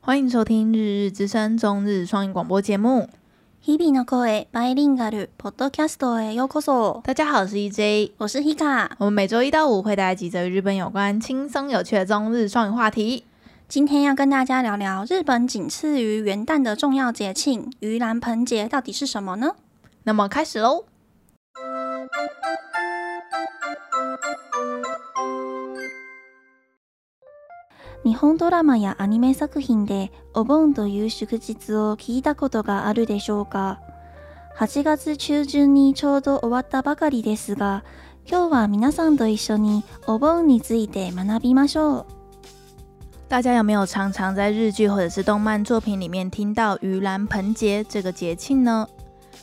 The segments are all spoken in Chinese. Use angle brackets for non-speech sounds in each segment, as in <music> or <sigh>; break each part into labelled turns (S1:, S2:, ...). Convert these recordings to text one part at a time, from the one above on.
S1: 欢迎收听《日日之声》中日双语广播节目。
S2: 日々の声バイリンガルポッドキャストへようこそ。
S1: 大家好，我是 E EJ。
S2: 我是 Hika，
S1: 我们每周一到五会带来几则与日本有关、轻松有趣的中日双语话题。
S2: 今天要跟大家聊聊日本仅次于元旦的重要节庆——盂兰盆节到底是什么呢？
S1: 那么开始喽！
S2: 日本ドラマやアニメ作品でお盆という祝日を聞いたことがあるでしょうか8月中旬にちょうど終わったばかりですが今日は皆さんと一緒にお盆について学びましょう
S1: 大家有没有常常在日剧或者是动漫作品里面听到盂兰盆节这个节庆呢？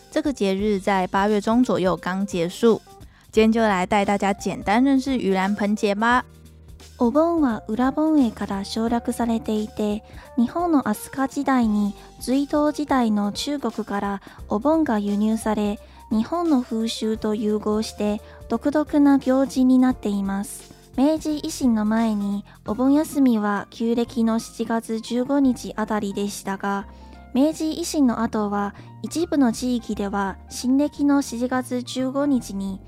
S1: 这个节日在八月中左右刚结束，今天就来带大家简单认识盂兰盆节吧。
S2: お盆は裏盆栄から省略されていて日本の飛鳥時代に隋唐時代の中国からお盆が輸入され日本の風習と融合して独特な行事になっています明治維新の前にお盆休みは旧暦の7月15日あたりでしたが明治維新の後は一部の地域では新暦の7月15日に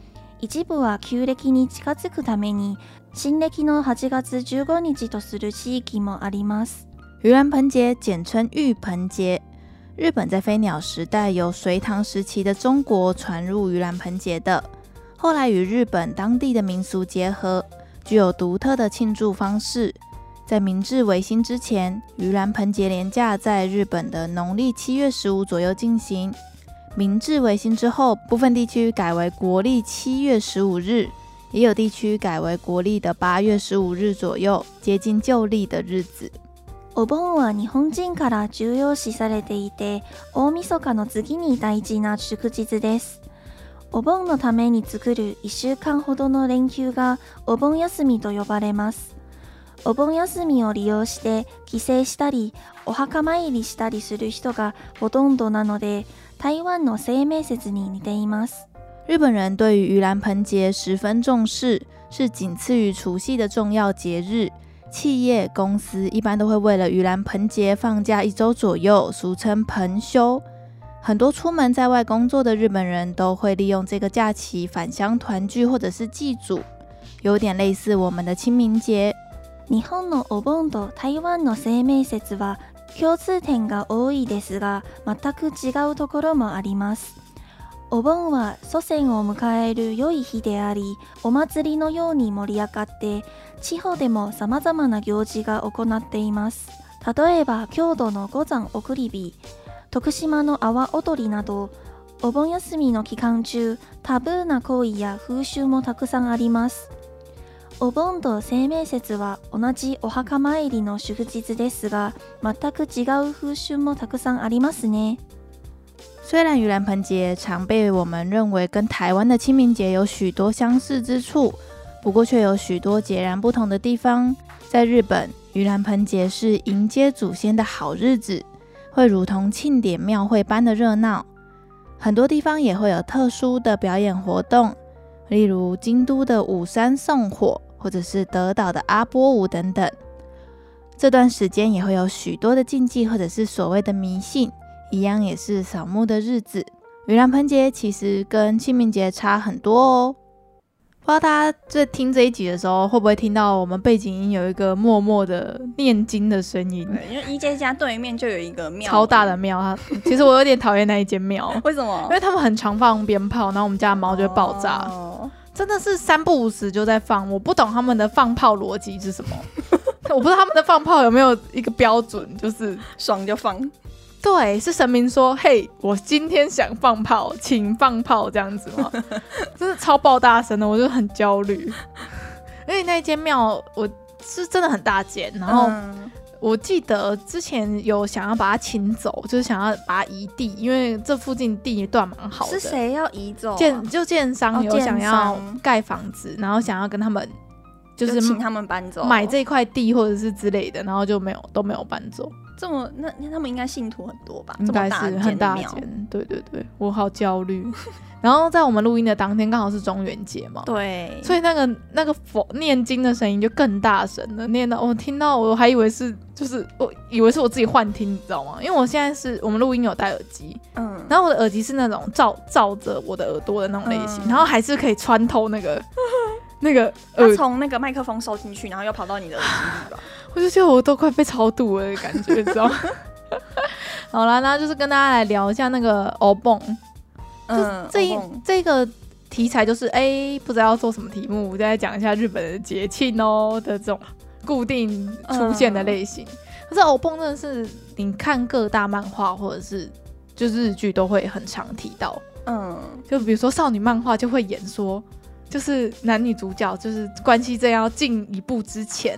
S2: 一部は旧暦に近づくために新暦の8月15日とする地域もあります
S1: 盂兰盆节简称浴盆节，日本在飞鸟时代由隋唐时期的中国传入盂兰盆节的，后来与日本当地的民俗结合，具有独特的庆祝方式。在明治维新之前，盂兰盆节连假在日本的农历七月十五左右进行。明治维新之后，部分地区改为国历七月十五日，也有地区改为国历的八月十五日左右，接近旧历的日子。
S2: お盆は日本人から重要視されていて大晦日の次に大事な祝日ですお盆のために作る1週間ほどの連休がお盆休みと呼ばれますお盆休みを利用して帰省したりお墓参りしたりする人がほとんどなので台湾の清明節に似ています
S1: 日本人对于盂兰盆节十分重视，是仅次于除夕的重要节日。企业公司一般都会为了盂兰盆节放假一周左右，俗称盆休。很多出门在外工作的日本人都会利用这个假期返乡团聚或者是祭祖，有点类似我们的清明节。
S2: 日本のお盆と台湾の清明節は共通点が多いですが全く違うところもありますお盆は祖先を迎える良い日でありお祭りのように盛り上がって地方でも様々な行事が行っています例えば郷土の五山送り火徳島の阿波踊りなどお盆休みの期間中タブーな行為や風習もたくさんありますお盆と清明節は同じお墓参りの祝日ですが全く違う風習もたくさんありますね
S1: 虽然盂兰盆节常被我们认为跟台湾的清明节有许多相似之处，不过却有许多截然不同的地方。在日本，盂兰盆节是迎接祖先的好日子，会如同庆典庙会般的热闹。很多地方也会有特殊的表演活动，例如京都的五山送火，或者是德岛的阿波舞等等。这段时间也会有许多的禁忌或者是所谓的迷信，一样也是扫墓的日子。盂兰盆节其实跟清明节差很多哦。不知道大家在听这一集的时候，会不会听到我们背景音有一个默默的念经的声音？
S3: 对，因为一街家对面就有一个庙，
S1: 超大的。庙 <laughs> 哦啊！其实我有点讨厌那一间 <laughs> 庙，
S3: 为什么
S1: 因？为他们很常放鞭炮，然后我们家的猫就会爆炸，
S3: 哦
S1: 真的是三不五时就在放。我不懂他们的放炮逻辑是什 <laughs> 么，我不知道他们的放炮有没有一个标准，就是
S3: 爽就放。
S1: 对，是神明说：“嘿，我今天想放炮，请放炮。”这样子吗？ <laughs> 真的超爆大声的，我就很焦 <laughs> 虑。因为那一间庙，我是真的很大间，然后
S3: 嗯
S1: 我记得之前有想要把它请走，就是想要把它移地，因为这附近地段蛮好的。
S3: 是？谁要移走啊？
S1: 建就建商
S3: 哦
S1: 有想
S3: 建
S1: 要
S3: 商
S1: 盖房子，然后想要跟他们
S2: 就
S1: 就是
S2: 请他们搬走，
S1: 买这块地或者是之类的，然后就没有都没有搬走，
S2: 这么那那他们应该信徒很多吧？
S1: 应
S2: 这
S1: 该
S2: 么
S1: 是
S2: 大间
S1: 很
S2: 的
S1: 大
S2: 庙，
S1: 间。对对对，我好焦虑。 <laughs> 然后在我们录音的当天刚好是中元节嘛，
S2: 对，
S1: 所以那个那个佛念经的声音就更大声了，念到我听到我还以为是就是我以为是我自己幻听，你知道吗？因为我现在是我们录音有戴耳机，
S2: 嗯，
S1: 然后我的耳机是那种罩罩着我的耳朵的那种类型，
S2: 嗯
S1: 然后还是可以穿透那
S2: <laughs>
S1: 个那个耳
S2: 他从那个麦克风收进去，然后又跑到你的耳机里吧？
S1: 我就觉得我都快被超度了的感觉，你知道吗？ <laughs> 好啦，那就是跟大家来聊一下那个欧蹦，
S2: 嗯，
S1: 这一
S2: 我懂
S1: 这个题材就是哎、不知道要做什么题目，再来讲一下日本的节庆哦的这种固定出现的类型。
S2: 嗯
S1: 可是欧蹦真的是你看各大漫画或者是就是日剧都会很常提到，
S2: 嗯，
S1: 就比如说少女漫画就会演说，就是男女主角就是关系正要进一步之前，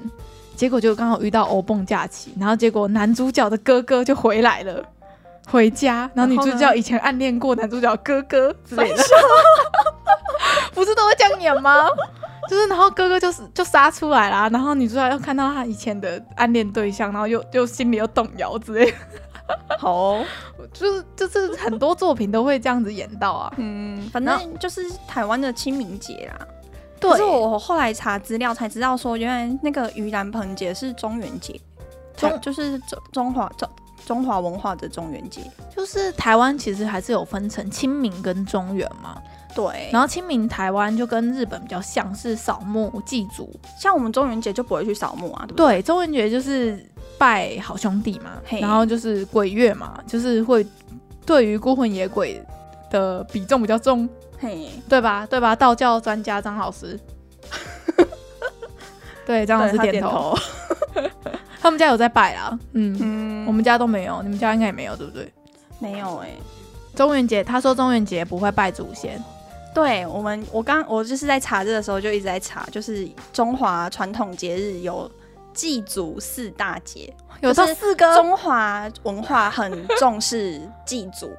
S1: 结果就刚好遇到欧蹦假期，然后结果男主角的哥哥就回来了。回家，然后女
S2: 然后
S1: 主
S2: 呢
S1: 角以前暗恋过男主角哥哥之类 <laughs> 的，不是都会这样演吗？就是，然后哥哥就是就杀出来啦，然后女主角又看到他以前的暗恋对象，然后又又心里又动摇之类的，
S2: 好哦，
S1: 就是就是很多作品都会这样子演到啊。
S2: 嗯，反
S1: 然
S2: 正就是台湾的清明节啦。
S1: 对
S2: 可是我后来查资料才知道，说原来那个盂兰盆节是中元节，
S1: 中
S2: 台就是中中华中中华文化的中元节。
S1: 就是台湾其实还是有分成清明跟中原嘛，
S2: 对，
S1: 然后清明台湾就跟日本比较像是扫墓祭祖，
S2: 像我们中元节就不会去扫墓啊，对不对？
S1: 对，中元节就是拜好兄弟嘛，
S2: 嘿
S1: 然后就是鬼月嘛，就是会对于孤魂野鬼的比重比较重，
S2: 嘿，
S1: 对吧？对吧？道教专家张老
S2: <laughs>
S1: 师，对，张老师
S2: 对他
S1: 点头，
S2: 点头
S1: <laughs> 他们家有在拜啦，嗯，
S2: 嗯，
S1: 我们家都没有，你们家应该也没有，对不对？
S2: 没有哎、
S1: 中元节，他说中元节不会拜祖先，
S2: 对我们，我刚我就是在查这的时候就一直在查，就是中华传统节日有祭祖四大节，
S1: 有
S2: 就
S1: 到
S2: 是
S1: 四个
S2: 中华文化很重视祭祖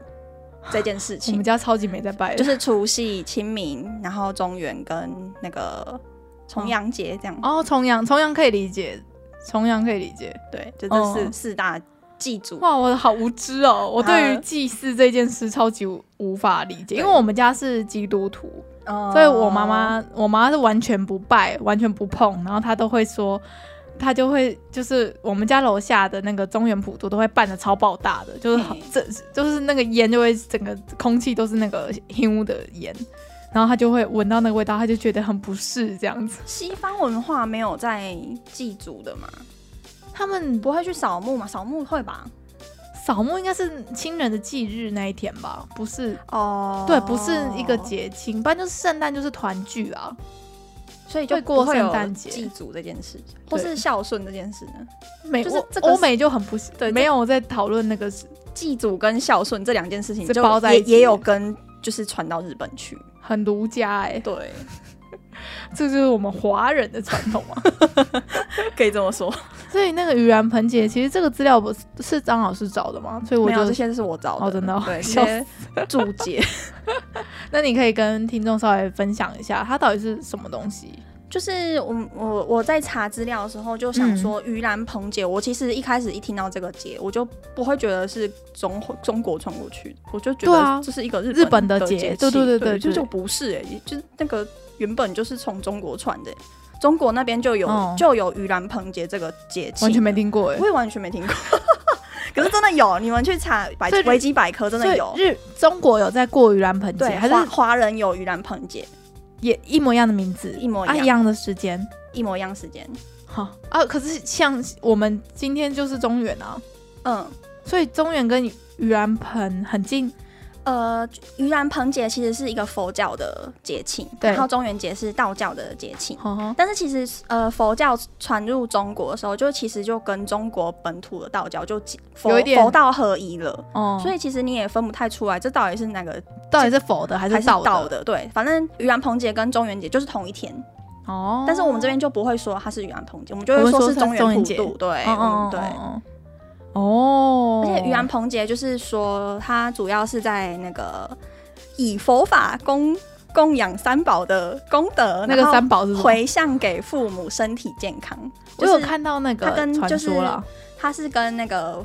S2: 这件事
S1: 我
S2: 情
S1: 们。家超级没在拜的，
S2: 就是除夕、清明，然后中元跟那个重阳节这样。
S1: 哦，重阳，重阳可以理解，重阳可以理解。
S2: 对，就这四、
S1: 哦
S2: 四大祭祖。
S1: 哇，我好无知 <laughs> 哦！我对于
S2: 啊
S1: 祭祀这件事超级无无法理解，因为我们家是基督徒，
S2: 哦
S1: 所以我妈妈，我妈是完全不拜，完全不碰，然后她都会说。她就会就是我们家楼下的那个中原普渡都会办的超爆大的，就是好
S2: 嘿
S1: 这就是那个烟就会整个空气都是那个烟雾的烟，然后她就会闻到那个味道，她就觉得很不适这样子。
S2: 西方文化没有在祭祖的嘛，
S1: 他们
S2: 不会去扫墓嘛？扫墓会吧？
S1: 扫墓应该是亲人的忌日那一天吧？不是，
S2: 哦
S1: 对，不是一个，节庆，不然就是圣诞就是团聚啊。
S2: 所以就
S1: 会过
S2: 不会有
S1: 圣诞节
S2: 祭祖这件事，或是孝顺这件事呢？
S1: 美
S2: 就是
S1: 我
S2: 这个
S1: 欧
S2: 是
S1: 美就很不喜
S2: 对
S1: 没有在讨论那个是
S2: 祭祖跟孝顺这两件事情
S1: 是
S2: 就
S1: 包在一
S2: 也
S1: 起
S2: 也有跟就是传到日本去。
S1: 很儒家哎、
S2: 对，
S1: 这就是我们华人的传统
S2: <laughs>
S1: 啊。
S2: 可以这么说。
S1: 所以那个盂兰盆节，其实这个资料不是是张老师找的吗？所以我
S2: 没有，这
S1: 就
S2: 些是我找的，
S1: 哦真的哦 <laughs>
S2: 对，这
S1: 笑
S2: 些注解。
S1: 那你可以跟听众稍微分享一下，它到底是什么东西？
S2: 就是我我我在查资料的时候就想
S1: 嗯
S2: 说盂兰盆节，我其实一开始一听到这个节，我就不会觉得是中中国传过去，我就觉
S1: 对啊
S2: 得这是一个日
S1: 日本的
S2: 的
S1: 节
S2: 节气，
S1: 对对对对
S2: 对，就
S1: 对
S2: 就不是哎、欸，就是那个原本就是从中国传的欸、中国那边就有、
S1: 哦
S2: 就有盂兰盆节这个节气，
S1: 完全没，听过哎、
S2: 我也完全没听过。 <laughs> 可是真的有，你们去查百
S1: 所以
S2: 维基百科真
S1: 所
S2: 的
S1: 以
S2: 有，
S1: 日中国有在过盂兰盆节，
S2: 对，
S1: 还是
S2: 华华人有盂兰盆节，
S1: 也一模一样的名字，
S2: 一模一
S1: 啊
S2: 样
S1: 一样的时间。
S2: 一模一样时间，
S1: 好啊，可是像我们今天就是中原啊，
S2: 嗯。
S1: 所以中原跟盂兰盆很近，
S2: 呃，盂兰盆节其实是一个佛教的节庆，
S1: 对
S2: 然后中元节是道教的节庆。
S1: 呵呵
S2: 但是其实，呃，佛教传入中国的时候，就其实就跟中国本土的道教就结佛
S1: 有一点
S2: 佛道合一了，
S1: 哦，
S2: 所以其实你也分不太出来这到底是哪个
S1: 到底是佛的还
S2: 还
S1: 是
S2: 是
S1: 道的？
S2: 道的。对，反正盂兰盆节跟中元节就是同一天，
S1: 哦，
S2: 但是我们这边就不会说它是盂兰盆节，我们就
S1: 我
S2: 会
S1: 们
S2: 说
S1: 说
S2: 是
S1: 它
S2: 中
S1: 是中
S2: 元
S1: 元
S2: 普
S1: 节
S2: 渡。对，
S1: 哦，
S2: 嗯
S1: 哦，
S2: 对。
S1: 哦哦，
S2: 而且盂兰盆节就是说，它主要是在那个以佛法供供养三宝的功德，
S1: 那个
S2: 然后
S1: 三宝是什么？
S2: 回向给父母，身体健康。
S1: 我有看到那个
S2: 它跟
S1: 传
S2: 就是
S1: 说了，
S2: 它是跟那个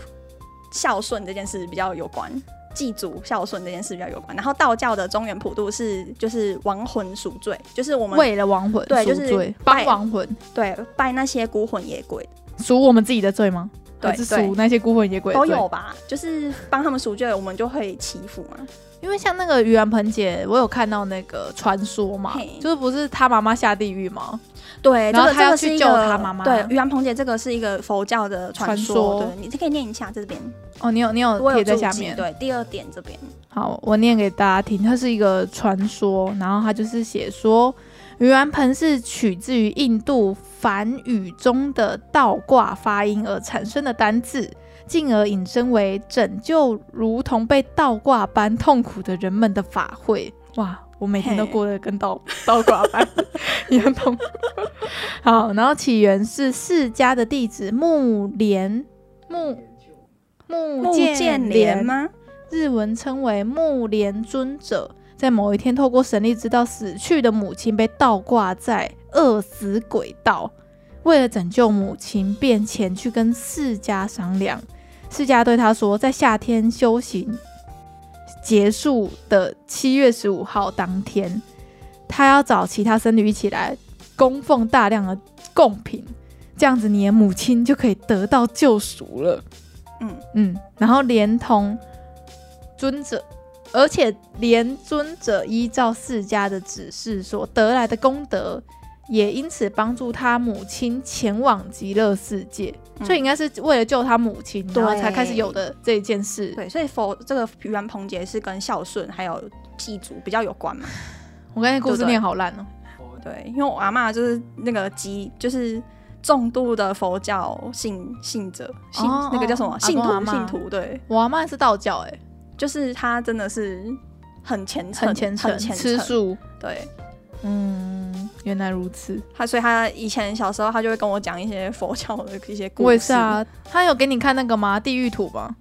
S2: 孝顺这件事比较有关，祭祖孝顺这件事比较有关。然后道教的中原普渡是就是亡魂赎罪，就是我们
S1: 为了亡魂
S2: 对
S1: 赎
S2: 就是
S1: 罪，帮
S2: 拜
S1: 亡魂
S2: 对拜那些孤魂野鬼
S1: 赎我们自己的罪吗？
S2: 对
S1: 还是
S2: 对
S1: 赎那些孤魂野鬼的
S2: 都
S1: 罪
S2: 有吧，就是帮他们赎罪，我们就会祈福嘛。
S1: 因为像那个盂兰盆节，我有看到那个传说嘛
S2: 嘿，
S1: 就是不是他妈妈下地狱吗？
S2: 对，
S1: 然后
S2: 这个
S1: 他要
S2: 这个是
S1: 去
S2: 一
S1: 救
S2: 个
S1: 他妈妈
S2: 对，盂兰盆节这个是一个佛教的传
S1: 传说
S2: 对，你可以念一下这边，
S1: 哦，你有你有
S2: 我有
S1: 贴在
S2: 注
S1: 下
S2: 记
S1: 面。
S2: 对，第二点这边，
S1: 好，我念给大家听，它是一个传说，然后它就是写说，盂兰盆是取自于印度梵语中的倒挂发音而产生的单字，进而引申为拯救如同被倒挂般痛苦的人们的法会。哇，我每天都
S2: 嘿
S1: 过得跟倒 <laughs> 倒挂般一样痛 <laughs> 苦。好，然后起源是释迦的弟子木莲木木
S2: <laughs> 木建莲吗？
S1: 日文称为木莲尊者，在某一天透过神力知道死去的母亲被倒挂在饿死轨道，为了拯救母亲，便前去跟释迦商量。释迦对他说，在夏天修行结束的七月十五号当天，他要找其他僧侣一起来供奉大量的贡品，这样子你的母亲就可以得到救赎了。
S2: 嗯，
S1: 嗯，然后连同尊者，而且连尊者依照释迦的指示所得来的功德，也因此帮助他母亲前往极乐世界。
S2: 嗯
S1: 所以应该是为了救他母亲，然后
S2: 对
S1: 才开始有的这一件事。
S2: 对，所以佛这个盂兰盆节是跟孝顺还有祭祖比较有关嘛。
S1: 我刚才故事
S2: 对对
S1: 念好烂哦、
S2: 对，因为我阿嬷就是那个极就是重度的佛教信信者，信、
S1: 哦
S2: 那个叫什
S1: 哦
S2: 么信
S1: 阿
S2: 徒
S1: 公阿嬷
S2: 信徒，对，
S1: 我阿妈是道教、欸，
S2: 就是他真的是很虔诚，
S1: 很虔诚，
S2: 很虔
S1: 吃
S2: 诚，
S1: 素。
S2: 对。
S1: 嗯，原来如此。
S2: 他所以他以前小时候，他就会跟我讲一些佛教的一些故事。
S1: 我也是，啊，他有给你看那个吗？地狱图吗？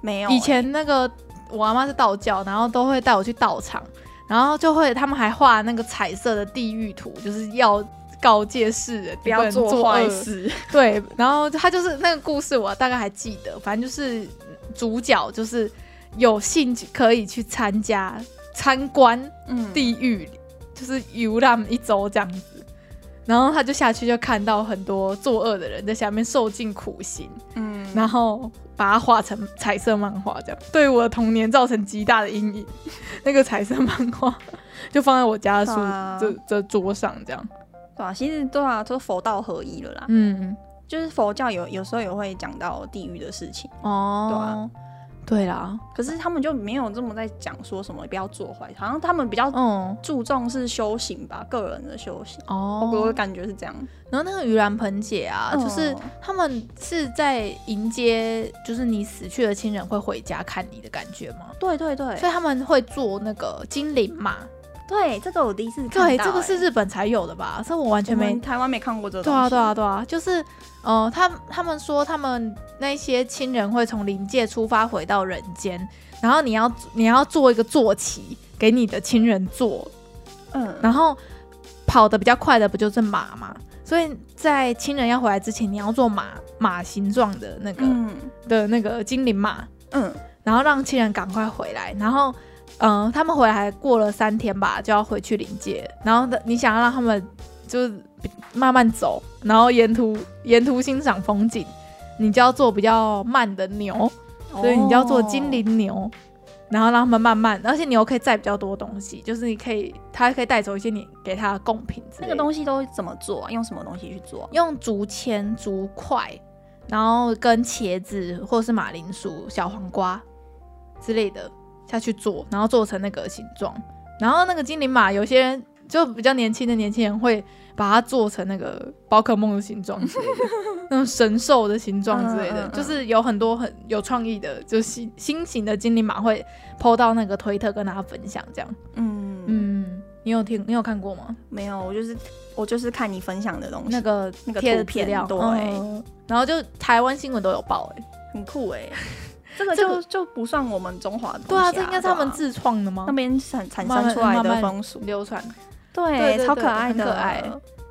S2: 没有欸、
S1: 以前那个我阿妈是道教，然后都会带我去道场，然后就会他们还画那个彩色的地狱图，就是要告诫世人
S2: 不
S1: 你
S2: 要
S1: 能做
S2: 坏
S1: 恶。
S2: 事，
S1: <laughs> 对，然后他就是那个故事，我大概还记得，反正就是主角就是有兴趣可以去参加参观
S2: 嗯，
S1: 地狱里，就是游览一周这样子。然后他就下去，就看到很多作恶的人在下面受尽苦刑，
S2: 嗯，
S1: 然后把它画成彩色漫画，这样对我的童年造成极大的阴影。 <laughs> 那个彩色漫画就放在我家的书
S2: 对啊
S1: 这这桌上，这样。
S2: 对啊，其实对啊，都佛道合一了啦。
S1: 嗯，
S2: 就是佛教有有时候也会讲到地狱的事情，
S1: 哦，对啦，
S2: 可是他们就没有这么在讲说什么不要做坏，好像他们比较
S1: 嗯，
S2: 注重是修行吧，个人的修行。我我
S1: 哦。
S2: 感觉是这样，
S1: 然后那个盂兰盆节啊，
S2: 嗯
S1: 就是他们是在迎接，就是你死去的亲人会回家看你的感觉吗？
S2: 对对对
S1: 所以他们会做那个精灵嘛？
S2: 对，这个我第一次看到、
S1: 对，这个
S2: 哎
S1: 是日本才有的吧？这我完全
S2: 我
S1: 没
S2: 们台湾没看过这个
S1: 对
S2: 东
S1: 啊，
S2: 西。
S1: 对啊，对啊，就是，呃，他他们说他们那些亲人会从灵界出发回到人间，然后你要你要做一个坐骑给你的亲人坐，
S2: 嗯，
S1: 啊然后跑得比较快的不就是马嘛？所以在亲人要回来之前，你要做马马形状的那个、
S2: 嗯
S1: 的那个精灵马，
S2: 嗯，
S1: 然后让亲人赶快回来，然后。嗯，他们回来过了三天吧，就要回去临界。然后的你想要让他们就是慢慢走，然后沿途沿途欣赏风景，你就要做比较慢的牛，
S2: 哦
S1: 所以你就要做精灵牛，然后让他们慢慢，而且牛可以载比较多东西，就是你可以它可以带走一些你给它的贡品之
S2: 那
S1: 类的。
S2: 个东西都怎么做啊？用什么东西去做啊？
S1: 用竹签、竹块，然后跟茄子或是马铃薯、小黄瓜之类的下去做，然后做成那个形状。然后那个精灵马，有些人就比较年轻的年轻人会把它做成那个宝可梦的形
S2: <laughs>
S1: 状之类的，那种神兽的形状之类的，
S2: 嗯嗯嗯
S1: 就是有很多很有创意的，就是新新型的精灵马会 PO 到那个推特跟大家分享这样。
S2: 嗯嗯，
S1: 嗯，你有听你有看过吗？
S2: 没有，我就是我就是看你分享的东西，
S1: 那个
S2: 那个
S1: 贴的
S2: 图片
S1: 资料
S2: 对
S4: 欸
S1: 嗯然后就台湾新闻都有报哎、
S2: <laughs> 很酷哎、这个就就不算我们中华的东西、
S4: 对啊，这应该是他们
S2: 对啊
S4: 自创的吗
S2: 那？边产产
S4: 慢
S2: 生
S4: 慢
S2: 出来
S4: 慢慢
S2: 的风俗，
S4: 流传对
S2: 对，
S4: 对
S2: 超
S4: 对
S2: 可爱
S4: 很
S2: 的，
S4: 可爱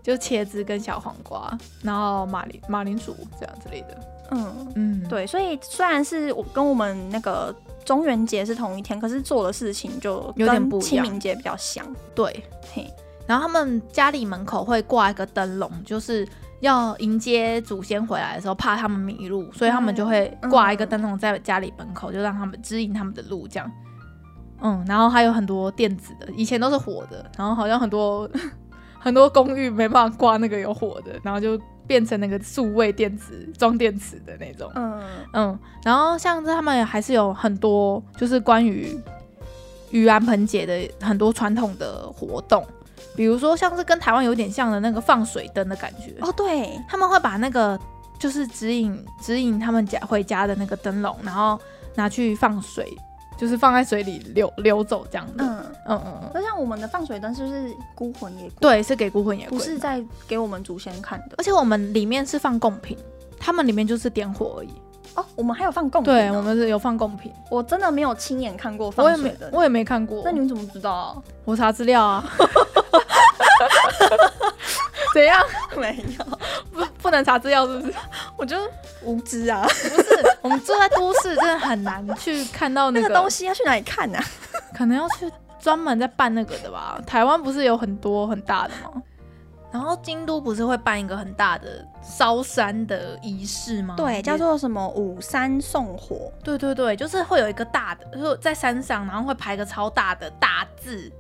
S4: 就茄子跟小黄瓜，然后马铃马铃薯这样之类的。
S2: 嗯，
S4: 嗯，
S2: 对，所以虽然是我跟我们那个中元节是同一天，可是做的事情就
S1: 有点
S2: 跟
S1: 不一
S2: 清
S1: 样
S2: 明节比较像。
S1: 对，
S2: 嘿，
S1: 然后他们家里门口会挂一个灯笼，就是要迎接祖先回来的时候，怕他们迷路，所以他们就会挂一个灯笼在家里门口，就让他们指引他们的路这样。嗯，然后还有很多电子的，以前都是火的，然后好像很多 <laughs> 很多公寓没办法挂那个有火的，然后就变成那个数位电子装电池的那种。
S2: 嗯，
S1: 嗯，然后像是他们还是有很多就是关于盂兰盆节的很多传统的活动，比如说像是跟台湾有点像的那个放水灯的感觉，
S2: 哦，对，
S1: 他们会把那个就是指引指引他们家回家的那个灯笼，然后拿去放水，就是放在水里流流走这样的。嗯
S2: 嗯，
S1: 嗯嗯，
S2: 那像我们的放水灯是不是孤魂野鬼？
S1: 对，是给孤魂野鬼，
S2: 不是在给我们祖先看的
S1: 而且我们里面是放贡品，他们里面就是点火而已。
S2: 哦，我们还有放贡品哦。
S1: 对，我们是有放贡品，
S2: 我真的没有亲眼看过
S1: 我
S2: 放
S1: 也
S2: 水
S1: 没
S2: 灯。
S1: 我也没看过。
S2: 那你们怎么知道啊？
S1: 我查资料 <laughs> 啊。怎样？
S2: <laughs> 没有，
S1: 不不能查资料是不是？
S2: 我就无知 <laughs> 啊。
S1: 不是，我们住在都市，真的很难去看到那
S2: 那
S1: 个
S2: 个东，西要去哪里看啊？
S1: 可能要去专门在办那个的吧。台湾不是有很多很大的吗？然后京都不是会办一个很大的烧山的仪式吗？
S2: <laughs> 对，
S1: 也
S2: 叫做什么五山送火。
S1: 对对对，就是会有一个大的，就是在山上，然后会排个超大的大字，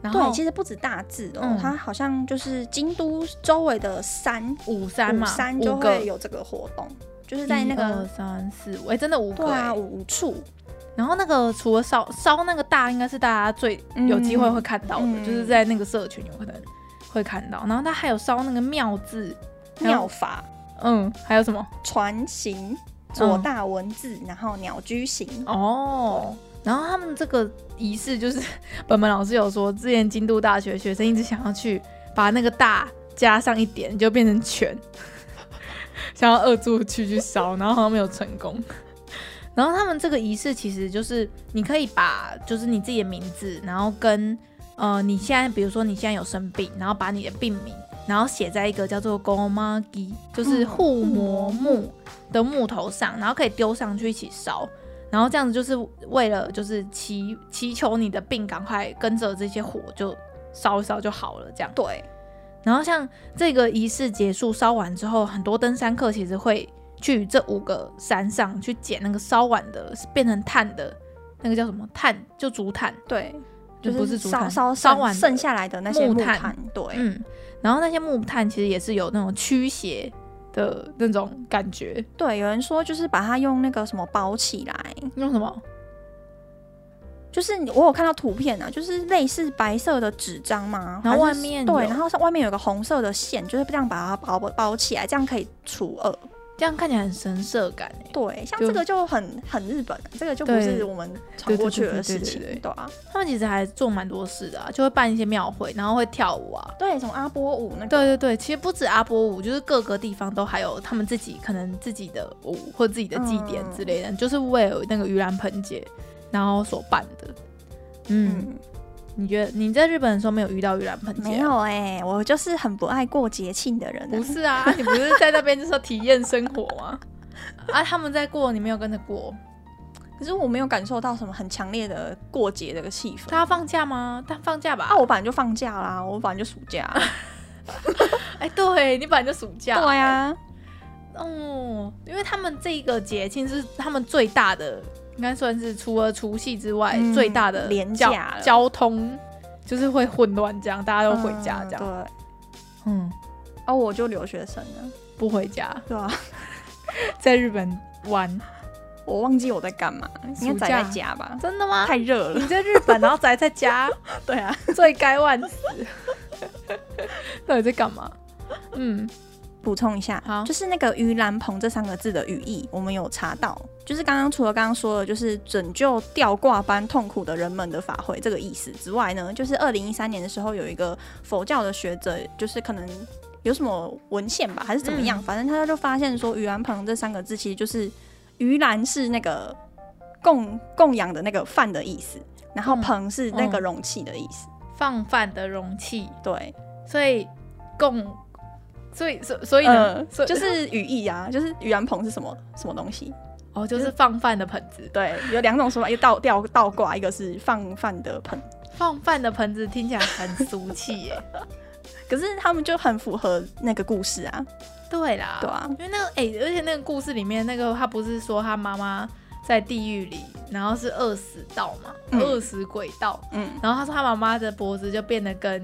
S1: 然后
S2: 对，其实不止大字哦，
S1: 嗯
S2: 它好像就是京都周围的山
S1: 五山嘛，
S2: 五山
S1: 五
S2: 就
S1: 个嗯
S2: 会有这个嗯活动，就是在那
S1: 一二
S2: 个
S1: 三四五，哎、真的五个、
S2: 对啊
S1: 哎
S2: 五五处，
S1: 然后那个除了烧烧那个大，应该是大家最
S2: 嗯
S1: 有机会会看到的，
S2: 嗯
S1: 就是在那个社群有可能会看到。然后它还有烧那个庙字，还有
S2: 妙法
S1: 嗯，还有什么？
S2: 船行左大文字，然后鸟居行。
S1: 哦，然后他们这个仪式就是 <laughs> 本本老师有说，之前京都大学学生一直想要去把那个大加上一点，就变成全， <laughs> 想要恶作剧去烧，然后好像没有成功。然后他们这个仪式其实就是你可以把就是你自己的名字，然后跟呃你现在比如说你现在有生病，然后把你的病名，然后写在一个叫做 gomagi，就是护魔木的木头上，然后可以丢上去一起烧。然后这样子就是为了就是祈祈求你的病赶快跟着这些火就烧一烧就好了这样。
S2: 对，
S1: 然后像这个仪式结束烧完之后，很多登山客其实会去这五个山上去捡那个烧完的变成炭的那个叫什么炭，就竹炭，
S2: 对，
S1: 就
S2: 就
S1: 不是
S2: 是
S1: 竹
S2: 烧
S1: 炭，
S2: 烧
S1: 烧
S2: 剩
S1: 完的
S2: 剩下来的那些
S1: 木
S2: 木
S1: 炭
S2: 炭，对，
S1: 嗯，然后那些木炭其实也是有那种驱邪的那种感觉，
S2: 对，有人说就是把它用那个什么包起来，
S1: 用什么？
S2: 就是你我有看到图片啊，就是类似白色的纸张嘛，
S1: 然后
S2: 还是
S1: 外面
S2: 对，
S1: 有
S2: 然后上外面有个红色的线，就是这样把它包包起来，这样可以除恶。
S1: 这样看起来很神社感哎、
S2: 对，像
S1: 就
S2: 这个就很很日本，啊这个就不
S1: 对
S2: 是我们传过去的事
S1: 对对对
S2: 情，
S1: 对对对
S2: 对啊，
S1: 他们其实还做蛮多事的、啊，就会办一些庙会，然后会跳舞啊。
S2: 对，什么阿波舞那个，
S1: 对对对，其实不止阿波舞，就是各个地方都还有他们自己可能自己的舞或自己的祭典
S2: 嗯
S1: 之类的，就是为了那个盂兰盆节然后所办的。嗯，
S2: 嗯，
S1: 你觉得你在日本的时候没有遇到盂兰盆节、啊
S2: 没？有哎、我就是很不爱过节庆的人啊、
S1: 嗯不是啊， <laughs> 你不是在那边就是要体验生活吗？啊，他们在过，你没有跟着过。
S2: 可是我没有感受到什么很强烈的过节的气氛。
S1: 他放假吗？他放假吧
S2: 啊，。我本来就放假啦，我本来就暑假。啊
S1: 哎、 <laughs> 对你本来就暑假。
S2: 对啊，
S1: 哦，因为他们这个节庆是他们最大的，应该算是除了除夕之外、
S2: 嗯
S1: 最大的
S2: 廉
S1: 交
S2: 价了
S1: 交通，就是会混乱这样，大家都回家这样，
S2: 嗯对，
S1: 嗯，
S2: 哦，我就留学生啊，
S1: 不回家，
S2: 对啊，
S1: <laughs> 在日本玩，
S2: 我忘记我在干嘛，应该
S1: 暑假
S2: 宅在家吧，
S1: 真的吗？
S2: 太热了。
S1: 你在日本，然后宅在 <laughs> 家，
S2: 对啊，
S1: 罪该万死。 <laughs> 到底在干嘛？嗯，
S2: 补充一下
S1: 好，
S2: 就是那个“盂兰盆”这三个字的语义，我们有查到，就是刚刚除了刚刚说的，就是拯救吊挂般痛苦的人们的法会这个意思之外呢，就是二零一三年的时候，有一个佛教的学者，就是可能有什么文献吧，还是怎么样，
S1: 嗯
S2: 反正他就发现说，盂兰盆这三个字其实就是盂兰是那个供供养的那个饭的意思，然后
S1: 嗯
S2: 盆是那个
S1: 嗯
S2: 容器的意思。
S1: 放饭的容器，
S2: 对，所
S1: 所以供，所以所所以呢，
S2: 呃，
S1: 嗯所以
S2: 就是语义啊，就是盂兰盆是什么什么东西？
S1: 哦，就是放饭的盆子，
S2: 对，有两种说法，一个倒吊倒挂，一个是放饭的盆。
S1: 放饭的盆子听起来很俗气耶。
S2: 可是他们就很符合那个故事啊，
S1: <laughs> 对啦，
S2: 对啊
S1: 因为那个哎、而且那个故事里面那个他不是说他妈妈在地狱里，然后是饿死道嘛，
S2: 嗯
S1: 饿死鬼道。
S2: 嗯，
S1: 然后他说他妈妈的脖子就变得跟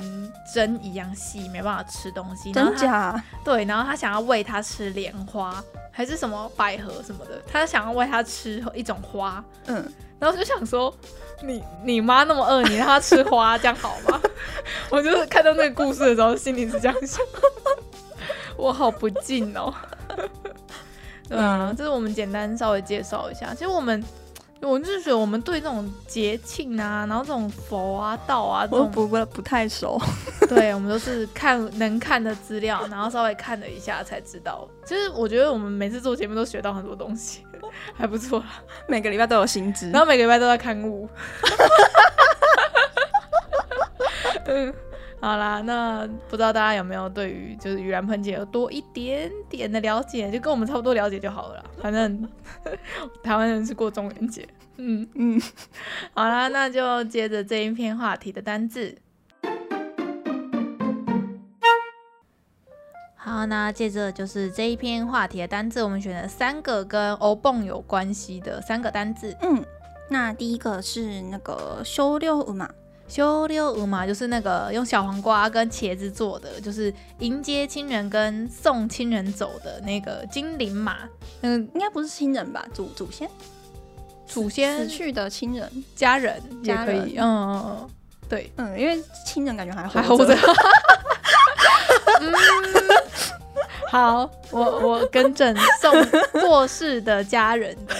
S1: 针一样细，没办法吃东西。然后
S2: 真
S1: 他
S2: 假？
S1: 对，然后他想要喂他吃莲花还是什么百合什么的，他想要喂他吃一种花。
S2: 嗯，
S1: 然后我就想说，你你妈那么饿，你让她吃花，这样好吗？ <laughs> 我就是看到那个故事的时候，心里是这样想， <laughs> 我好不敬哦。对
S2: 嗯
S1: 啊，这是我们简单稍微介绍一下。其实我们，我就是觉得我们对这种节庆啊，然后这种佛啊、道啊，这
S2: 我
S1: 种
S2: 不不不太熟。 <laughs>
S1: 对，我们都是看能看的资料，然后稍微看了一下才知道。其实我觉得我们每次做节目都学到很多东西， <laughs> 还不错啦。
S2: 每个礼拜都有新知，
S1: 然后每个礼拜都在刊物。 <laughs> 嗯，好啦，那不知道大家有没有对于就是盂兰盆节有多一点点的了解，就跟我们差不多了解就好了啦。反正 <laughs> 台湾人是过中元节。嗯，
S2: 嗯，
S1: 好啦，那就接着这一篇话题的单字。好，那接着就是这一篇话题的单字，我们选了三个跟欧蹦有关系的三个单字。
S2: 嗯，那第一个是那个修六五嘛，
S1: 修六五嘛，就是那个用小黄瓜跟茄子做的，就是迎接亲人跟送亲人走的那个精灵马，嗯，
S2: 应该不是亲人吧？祖祖先
S1: 祖先
S2: 死去的亲人，
S1: 家人也
S2: 家
S1: 可
S2: 人
S1: 以，嗯嗯嗯，对，
S2: 嗯，因为亲人感觉还
S1: 还活着
S2: 着。。
S1: 嗯好，我我更正，送过世的家人的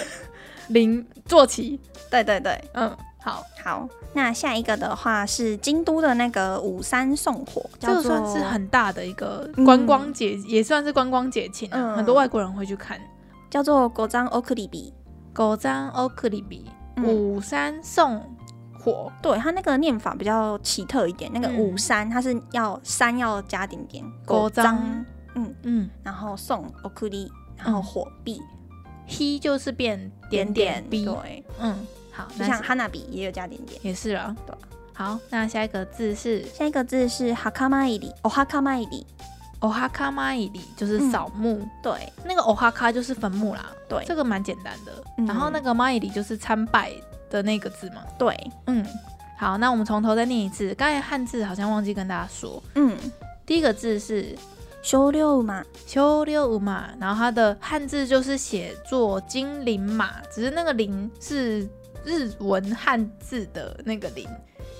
S1: 灵坐骑，
S2: 对对对，
S1: 嗯，好，
S2: 好，那下一个的话是京都的那个五山送火，
S1: 这
S2: 叫
S1: 个
S2: 做
S1: 算是很大的一个
S2: 嗯
S1: 观光节，也算是观光节庆、啊，
S2: 嗯
S1: 很多外国人会去看。
S2: 叫做国章欧克里比，
S1: 狗章欧克里比，
S2: 嗯
S1: 五山送火，
S2: 对它那个念法比较奇特一点，那个
S1: 嗯
S2: 五山它是要山要加点点，
S1: 国章
S2: 章，
S1: 嗯，
S2: 然后送欧克里，然后
S1: 嗯
S2: 火币
S1: 嘿就是变点点 b，
S2: 对，
S1: 嗯，好，
S2: 就
S1: 那
S2: 像
S1: 是
S2: 哈娜比也有加点点。
S1: 也是啦
S2: 对啊。
S1: 好，那下一个字是
S2: 下一个字是哈卡麦里，哦哈卡麦里，
S1: o
S2: 嗯
S1: 哈卡玛伊里，就是扫墓。
S2: 对
S1: 那个 o 哈卡就是坟墓啦，
S2: 嗯对
S1: 这个蛮简单的。
S2: 嗯
S1: 然后那个玛伊里就是参拜的那个字嘛，
S2: 对，
S1: 嗯。好，那我们从头再念一次。刚才汉字好像忘记跟大家说，
S2: 嗯，
S1: 第一个字是
S2: 修六嘛，
S1: 秋六五马，然后它的汉字就是写作金铃马，只是那个铃是日文汉字的那个铃，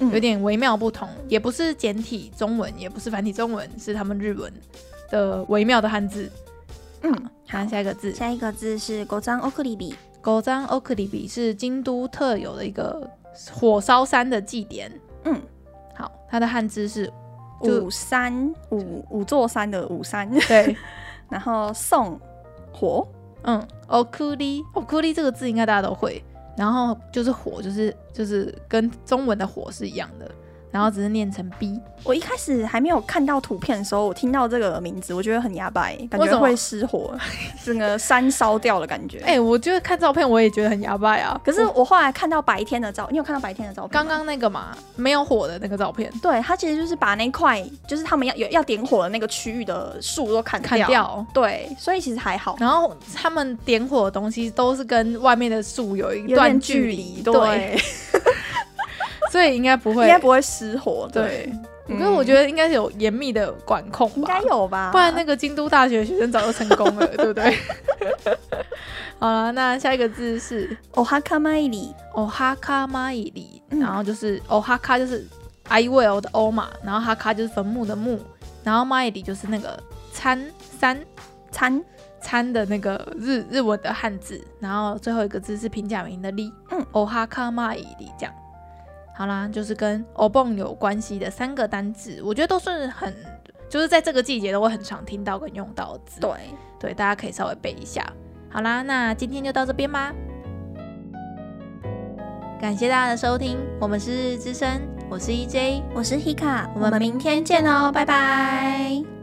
S2: 嗯
S1: 有点微妙不同，也不是简体中文，也不是繁体中文，是他们日文的微妙的汉字。
S2: 嗯，
S1: 看下一个字，
S2: 下一个字是国章欧克里比，
S1: 狗章欧克里比是京都特有的一个火烧山的祭典。
S2: 嗯，
S1: 好，它的汉字是就
S2: 五山五五座山的五山，
S1: 对，
S2: <laughs> 然后送火，
S1: 嗯，哦，库里，哦，库里这个字应该大家都会。然后就是火，就是就是跟中文的火是一样的，然后只是念成 b。
S2: 我一开始还没有看到图片的时候，我听到这个名字，我觉得很牙白，感
S1: 为什
S2: 觉
S1: 么
S2: 会失
S1: <laughs>
S2: 火，整个山烧掉的感觉。
S1: 哎、我觉得看照片我也觉得很牙白啊。
S2: 可是我后来看到白天的照，你有看到白天的照片吗？
S1: 刚刚那个嘛，没有火的那个照片
S2: 对，它其实就是把那块，就是他们要有要点火的那个区域的树都砍
S1: 砍掉，
S2: 对，所以其实还好。
S1: 然后他们点火的东西都是跟外面的树有一
S2: 有
S1: 段
S2: 点
S1: 距
S2: 距
S1: 离，
S2: 离，
S1: 对，
S2: <laughs> 对，
S1: 所以应该不会，
S2: 应该不会失火，
S1: 对
S2: 对，。
S1: 可
S2: 嗯
S1: 是我觉得应该是有严密的管控吧，
S2: 应该有吧，
S1: 不然那个京都大学学生早就成功了，对不
S2: <laughs>
S1: 对？好了，那下一个字是
S2: 哦哈卡麦里，
S1: 哦哈卡玛伊里，
S2: 嗯
S1: 然后就是哦哈卡就是 I will 的欧嘛，然后哈卡就是坟墓的墓，然后玛伊里就是那个参三
S2: 餐，
S1: 参的那个日日文的汉字，然后最后一个字是平假名的里，
S2: 嗯，
S1: 哦哈卡玛伊里这样。好啦，就是跟欧蹦有关系的三个单字，我觉得都是很，就是在这个季节都会很常听到跟用到的字。
S2: 对，
S1: 对，大家可以稍微背一下。好啦，那今天就到这边吧。感谢大家的收听，我们是日日之声，我是 E EJ，
S2: 我是 Hika，
S1: 我们
S2: 明天见哦，拜拜